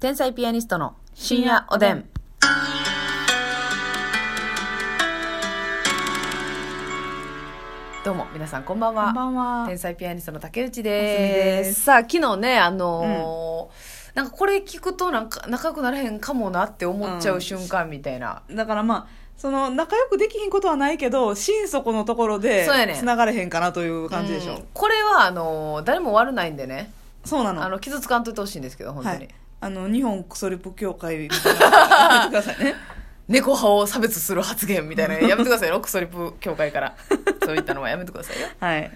天才ピアニストの深夜おでん。どうも皆さんこんばんは。こんばんは天。才ピアニストの竹内ますでみす。ですさあ昨日ねあのーなんかこれ聞くとなんか仲良くなれへんかもなって思っちゃう瞬間みたいな。だからまあ、その仲良くできひんことはないけど、心底のところでそうやね、繋がれへんかなという感じでしょ。うんこれはあのー誰も悪ないんでね。そうなの。あの傷つかんといてほしいんですけど本当はに。い。あの、日本クソリップ協会みたいなの言ってください ね。猫派を差別する発言みたいなやめてくださいよクソリップ協会からそういったのはやめてくださいよはい。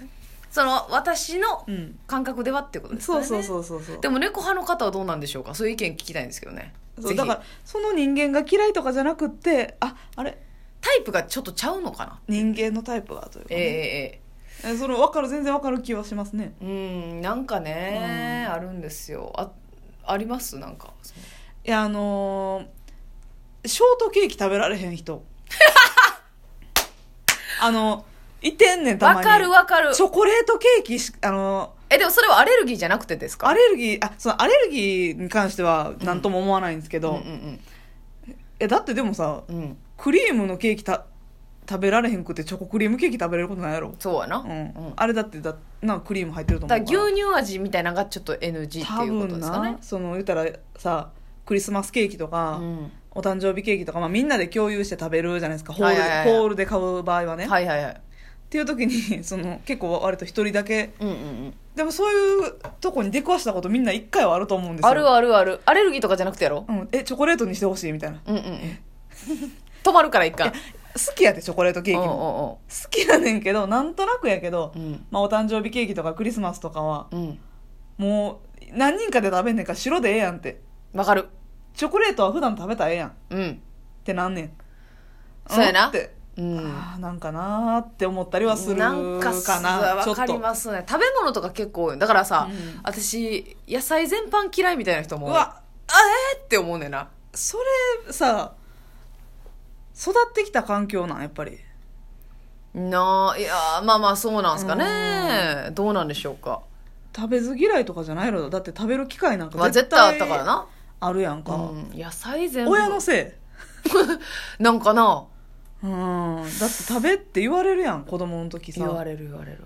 その私のうん。感覚ではってことですよそうねそうそうそうそう。でも猫派の方はどうなんでしょうかそういう意見聞きたいんですけどねそうぜひだから、その人間が嫌いとかじゃなくって、あ、あれ、タイプがちょっとちゃうのかな人間のタイプがというか、ええね。ええその、わかる、全然わかる気はしますね。えうんなんかねあるんですよあありますなんかそのいや、あのーショートケーキ食べられへん 人。あの、いてんねん、たまに。わかるわかるチョコレートケーキし、あの、えでもそれはアレルギーじゃなくてですかアレルギー、あ、そのアレルギーに関しては何とも思わないんですけうんど、うんえ、だってでもさ、うんうんクリームのケーキた食べられへんくてチョコクリームケーキ食べれることないやろ。そうやなうん。うんあれだってだ、なんかクリーム入ってると思だうかからら。牛乳味みたいなのがちょっと NG って多いうこと分ですかねな、その言ったらさ、クリスマスケーキとうか、ん、お誕生日ケーキとか、まあ、みんなで共有して食べるじゃないですかホールで,、はいはいはいはいホールで買う場合はね、はいはいはいっていう時にその結構割と一人だけうんうんうんでもそういうとこに出くわしたことみんな一回はあると思うんですよあるあるあるアレルギーとかじゃなくてやろうん、えチョコレートにしてほしいみたいなうんうんうん止まるから一回好きやでチョコレートケーキうんも好きやねんけどなんとなくやけど、うんうんまあ、お誕生日ケーキとかクリスマスとかはうんもう何人かで食べんねんから白でええやんってわかるチョコレートは普段食べたらええやんっうんてなんねんそうやなうんってうんあーなんかなーって思ったりはするかななんかさちょわっとかりますね食べ物とか結構多いだからさ、うん私野菜全般嫌いみたいな人もうわあえーって思うねんなそれさ育ってきた環境なんやっぱりなあいやーまあまあそうなんすかねどうなんでしょうか食べず嫌いとかじゃないのだって食べる機会なんまあか絶絶対あ対ったからな、あるやんうか、ん、野菜全部親のせなんかないうんだって食べって言われるやん子供の時言わされる言われる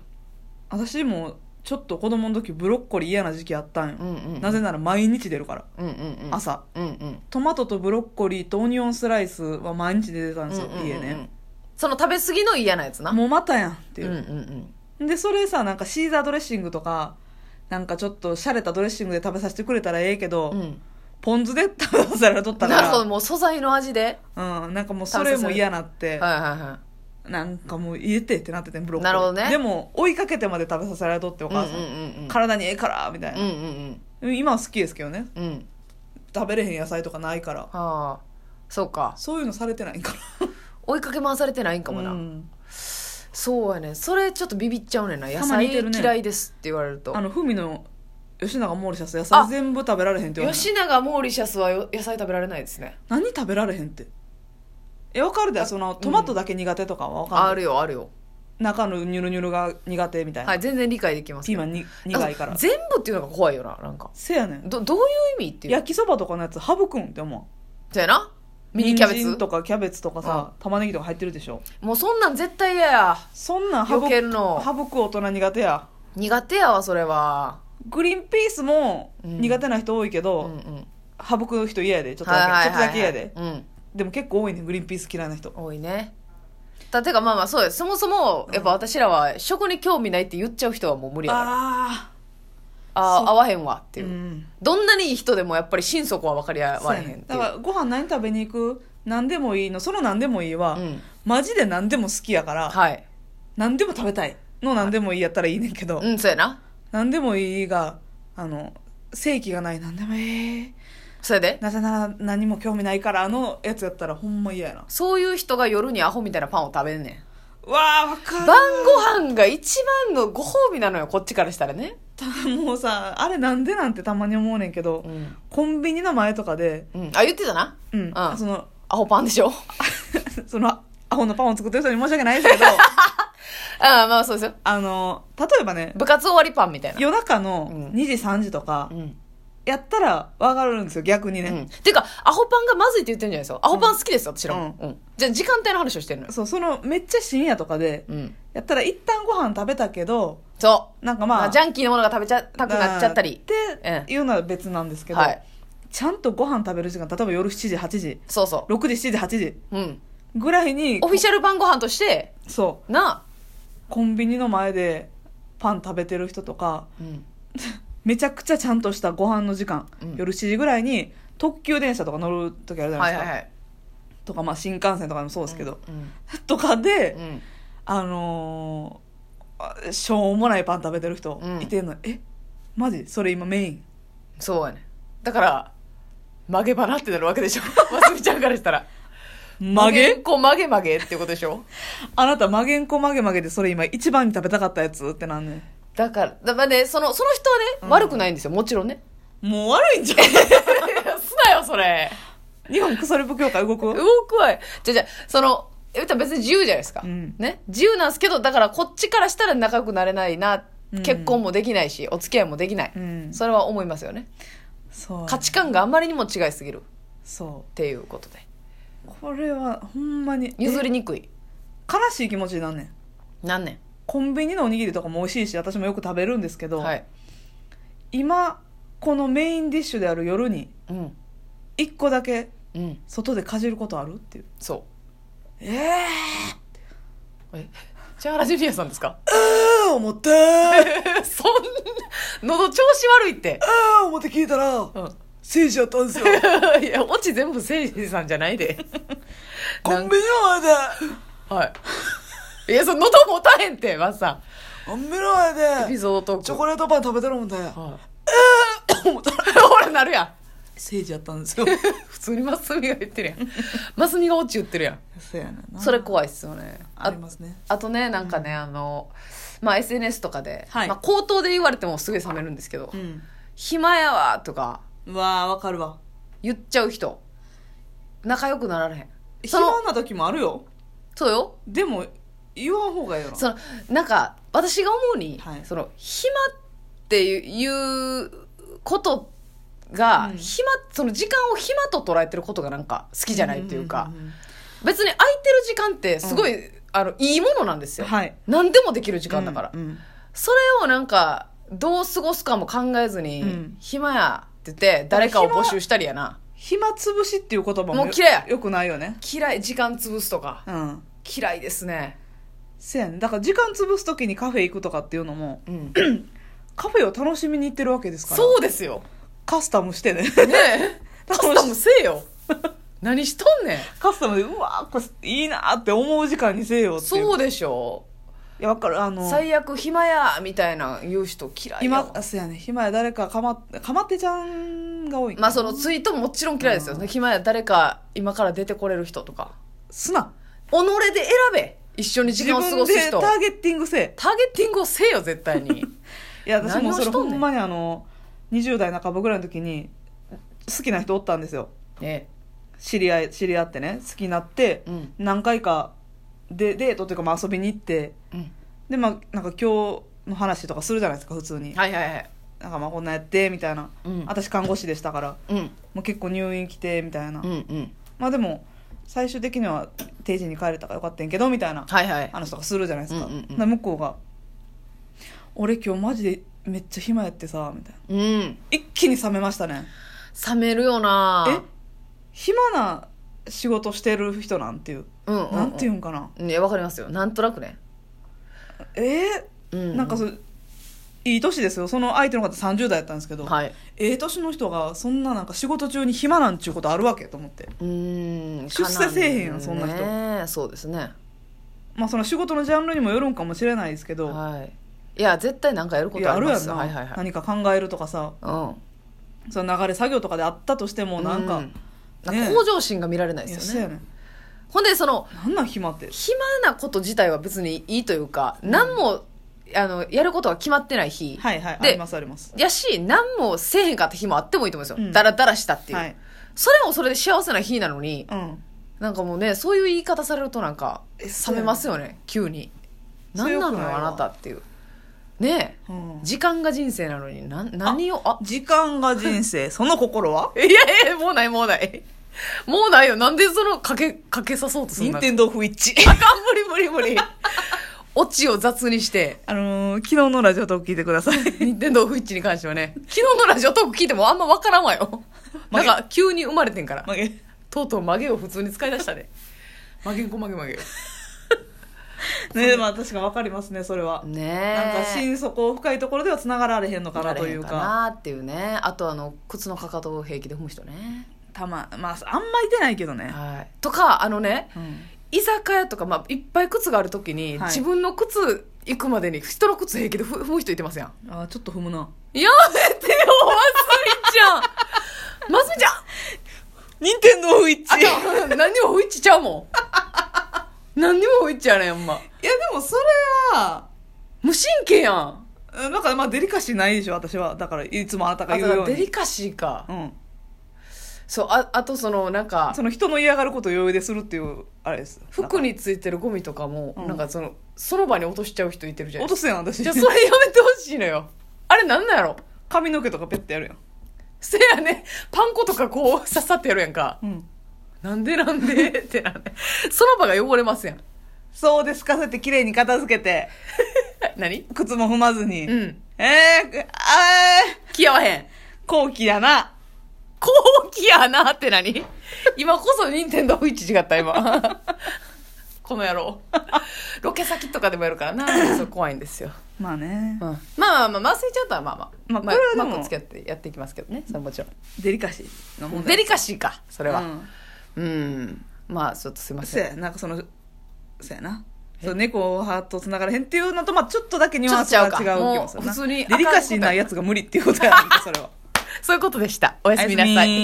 私もちょっと子供の時ブロッコリー嫌な時期あったんよ、うんうんなぜなら毎日出るからうんうんうん朝うんうんトマトとブロッコリーとオニオンスライスは毎日出てたんですよ、うんうんうんうん家ねその食べ過ぎの嫌なやつなもうまたやんってういんうう、んうんでそれさなんかシーザードレッシングとかなんかちょっと洒落たドレッシングで食べさせてくれたらええけど、うんポン酢で食べさせられとったなるほどかもう素材の味でら、うん、なんかもうそれも嫌なって、はいはいはなんかもう入れてってなっててんブロッコリなーるほどねでも追いかけてまで食べさせられとっておい母さん,、うんうんうんうん体にええからみたいうんうな、ん今は好きですけどねうんうん食べれへん野菜とかないからああそうかそういうのされてないんか追いかけ回されてないん からもな、うんそうやねそれちょっとビビっちゃうねんな野たま菜に似てるね嫌いですって言われると、あのふみの吉永モーリシャス野菜全部食べられへんって言われ吉永モーリシャスはよ野菜食べられないですね何食べられへんってえわかるでそのトマトだけ苦手とかはわかんない、あるよあるよ中のニュルニュルが苦手みたいな、はい全然理解できますピけーどマンに苦いかあら全部っていうのが怖いよななんかせやねんどどういう意味っていう焼きそばとかのやつ省くんって思そうやなうミニキャベ人参ツとかキャベツとかさ、玉ねぎとか入ってるでしょもうそんなん絶対嫌やそんなん省避けくるの省く大人苦手や苦手やわそれはグリーンピースもうん苦手な人多いけうんど、うん省く人嫌やでちょっとだけ、はいはいちょっとはいだけ嫌でうんでも結構多いねグリーンピース嫌いな人多いねだてかまあまあそうですそもそもやっぱ私らは食に興味ないって言っちゃう人はもう無理やからああそあ合わへんわってーいうう、んどんなにいい人でもやっぱり心底は分かり合そうわれやへんっねていんうだからご飯何食べに行く何でもいいのその何でもいいは、うんマジで何でも好きやから、はい何でも食べたいの何でもいいやったらいいねんけど、うんそうやな何でもいいがあの正規がない何でもええそれでなぜなら何も興味ないからあのやつやったらほんま嫌やなそういう人が夜にアホみたいなパンを食べんねうわあわかんる晩ご飯が一番のご褒美なのよこっちからしたらねたもうさあれなんでなんてたまに思うねんけど、うん、コンビニの前とかでうん、あ言ってたなうん、うんその アホパンでしょ そのアホのパンを作ってる人に申し訳ないです けどああまあそうですよあの例えばね部活終わりパンみたいな夜中うのん2時3時とかうんやったら分かるんですよ逆にうね、ん、てかアホパンがまずいって言ってるんじゃないですかアホパン好きですよ私らも、ううんじゃあ時間帯の話をしてるのよ、そうそのめっちゃ深夜とかでうん、やったら一旦ご飯食べたけどそうなんかままあ、あジャンキーなものが食べちゃたくなっちゃったりっていうのは別なんですけど、はいちゃんとご飯食べる時間例えば夜7時8時そうそ6時7時8時う、うん、ぐらいにオフィシャル晩ご飯としてそなうコンビニの前でパン食べてる人とかうん、めちゃくちゃちゃんとしたご飯の時間、うん夜7時ぐらいに特急電車とか乗る時あるじゃなはいいですはか、いはいとかまあ新幹線とかでもそうですけど、うん、とかで、うんあのーあしょうもないパン食べてる人うんいてんの、えマジそれ今メインそうやねだから曲げ花ってなるわけ でしょますみちゃんからしたら曲げんこ曲げ曲げってことでしょあなた曲げんこ曲げ曲げでそれ今一番に食べたかったやつってなんねだからだからねそのその人はね、うん悪くないんですよもちろん ねんもう悪いんじゃすなよそれん 日本腐れ部協会動く動くわいじゃあじゃあそのえ別に自由じゃないですか、うんね自由なんですけどだからこっちからしたら仲良くなれないな、うん結婚もできないしお付き合いもできない、うんそれは思いますよねそう価値観があまりにも違いすぎるっそていうことでうこれはほんまに譲りえにくい悲しい気持ちになんねん何年コンビニのおにぎりとかも美味しいし私もよく食べるんですけど、はい、今このメインディッシュである夜にうん一個だけうん外でかじることあるっていうそうえええ千原ジュニアさんです かー、思ってーそんな喉調子悪いって、あー思って聞いたらうん、聖地やった んですよいやオチ全部せいじさんじゃないでコンビニの前ではいいやその喉持たへんってまずさコンビニの前エピでソードトークチョコレートパン食べてるもんではい えー、思ったらほらなるやん聖地やったん ですよ普通にマスミが言ってるやん マスミがオチ言ってるやんそうやねんなそれ怖いっすよねあありますねあとねなんかね、あのまあ SNS とかで、はいまあ、口頭で言われてもすぐ冷めるんですけど「うん暇やわ」とかうわーわかるわ言っちゃう人仲良くなられへんその暇な時もあるよそうよでも言わん方がいいよなそのなんか私が思うに、はいその暇っていうことが、うん暇その時間を暇と捉えてることがなんか好きじゃないというか、んんん別に空いてる時間ってすごい、あのいいものなんですうんよ、はい何でもできる時間だから、うんうんそれをなんかどう過ごすかも考えずに、うん暇やって言って誰かを募集したりやな暇つぶしっていう言葉ももう嫌いやよくないよね嫌い時間潰すとかうん嫌いですねせやねだから時間潰す時にカフェ行くとかっていうのもうんカフェを楽しみに行ってるわけですからそうですよカスタ ムしてねねえカスタムせえよ何しとんねんカスタムでうわーこれいいなーって思う時間にせよっていうそういでしょやわかるあの最悪暇やみたいな言う人嫌いやわ今せやね暇や誰かかまかまってちゃんが多いまあそのツイートももちろん嫌いですよね、暇や誰か今から出てこれる人とかすな己で選べ一緒に時自間を過分ごすでタ人ーゲッティングせえターゲッティングをせえよ絶対 にいや私何もをそれしとほんねんんまにあの20代半ばぐらいの時に好きな人おったんですよね知り合い知り合ってね好きになってうん何回かでデートっていうかまあ遊びに行ってうんでまあなんか今日の話とかするじゃないですか普通にはいはいはいなんかまあこんなんやってみたいな、うん私看護師でしたからうんもう結構入院来てみたいな、うんうんまあでも最終的には定時に帰れたからよかったんやけどみたいなはいはい話とかするじゃないですか,、うんうんうんで向こうが「俺今日マジでめっちゃ暇やってさ」みたいなうん一気に冷めましたね冷めるよえな暇な仕事してる人なんていう、えうんうん、なんていうんんかないやわかりますよなんとなくねえうーんなんかそいい年ですよその相手の方30代やったんですけど、はいええ年の人がそんななんか仕事中に暇なんちゅうことあるわけと思ってうーん出世せえへんやんそんな人人そうですねまあその仕事のジャンルにもよるんかもしれないですけど、はい、いや絶対なんかやるこいとやあありるまやんすな、よはいはいはい、何か考えるとかさうその流れ作業とかであったとしてもん、なんか、ういなんか向上心が見られないやですそうよやねねほんでそのなんなん暇って暇なこと自体は別にいいというか、何もあのやることが決まってない日、はいはいあでりますありますやし何もせえへんかった日もあってもいいと思うんですよ、うんだらだらしたっていう、はいそれもそれで幸せな日なのにうんなんかもうねそういう言い方されるとなんかえ冷めますよね急にそれ何良くなないわのよあなたっていうねえうん時間が人生なのになん何をあ時間が人 生その心はいやいやもうないもうないもうないよなんでそのかけかけさそうとする任の天堂不一致あかん無理無理無理オチを雑にして あのー昨日のラジオトーク聞いてください任天堂不一致に関してはね昨日のラジオトーク聞いてもあんまわからんわよ曲なんげか急に生まれてんから曲げとうとう曲げを普通に使い出したね曲げんこ曲げ曲げねまあ確かに分かりますねそれは、ねなんか心底深いところではつながられへんのかなというかなっていうねあとあの靴のかかとを平気で踏む人ね、たままああんまいてないけどね、はい、とかあのねうん居酒屋とか、まあ、いっぱい靴がある時に、はい自分の靴行くまでに人の靴平気でふ踏む人いてますやんあーちょっと踏むなやめてよますみちゃ んますみちゃん任天堂不一あいやかん何にも不一致ちゃうも ん何にも不一致やねんほんまでもそれは無神経やんうんなんかまあデリカシーないでしょ私はだからいつもあなたがあ言うよとうデにリカシーか、うん、そうああとそのなんかその人の嫌がることを余裕でするっていうあれです服についてるゴミとかも、うんなんかそのその場に落としちゃう人いてるじゃないで落とすすやん私かじゃあそれやめてほしいのよあれなんなんやろ髪の毛とかペッてやるやんせやねパン粉とかこう刺さってやるやんかうんなんでなんでってなんでその場が汚れますやんそうですかそうやって綺麗に片付けて 何靴も踏まずに、うんえー、あー気合わへん後期やな後期やなって 何今こそ任天堂不一致違った今 この野郎ロケ先とかでもやるからなそう怖いんですよ、まあね、まあまあまあ麻酔ちゃんとはまあまあまあこれはでもまあ、付き合ってやっていきますけどねそれはもちろんデリカシーの問題デリカシーかそれはうんうん、まあちょっとすいまそうせんやなんかそのそうやなそう猫はとつながらへんっていうのと、まあ、ちょっとだけニュアンスが違う気もすちょっとちゃるなうかもう普通にデリカシーないやつが無理っていうことやねんけどそれはそういうことでしたおやすみなさいおやすみ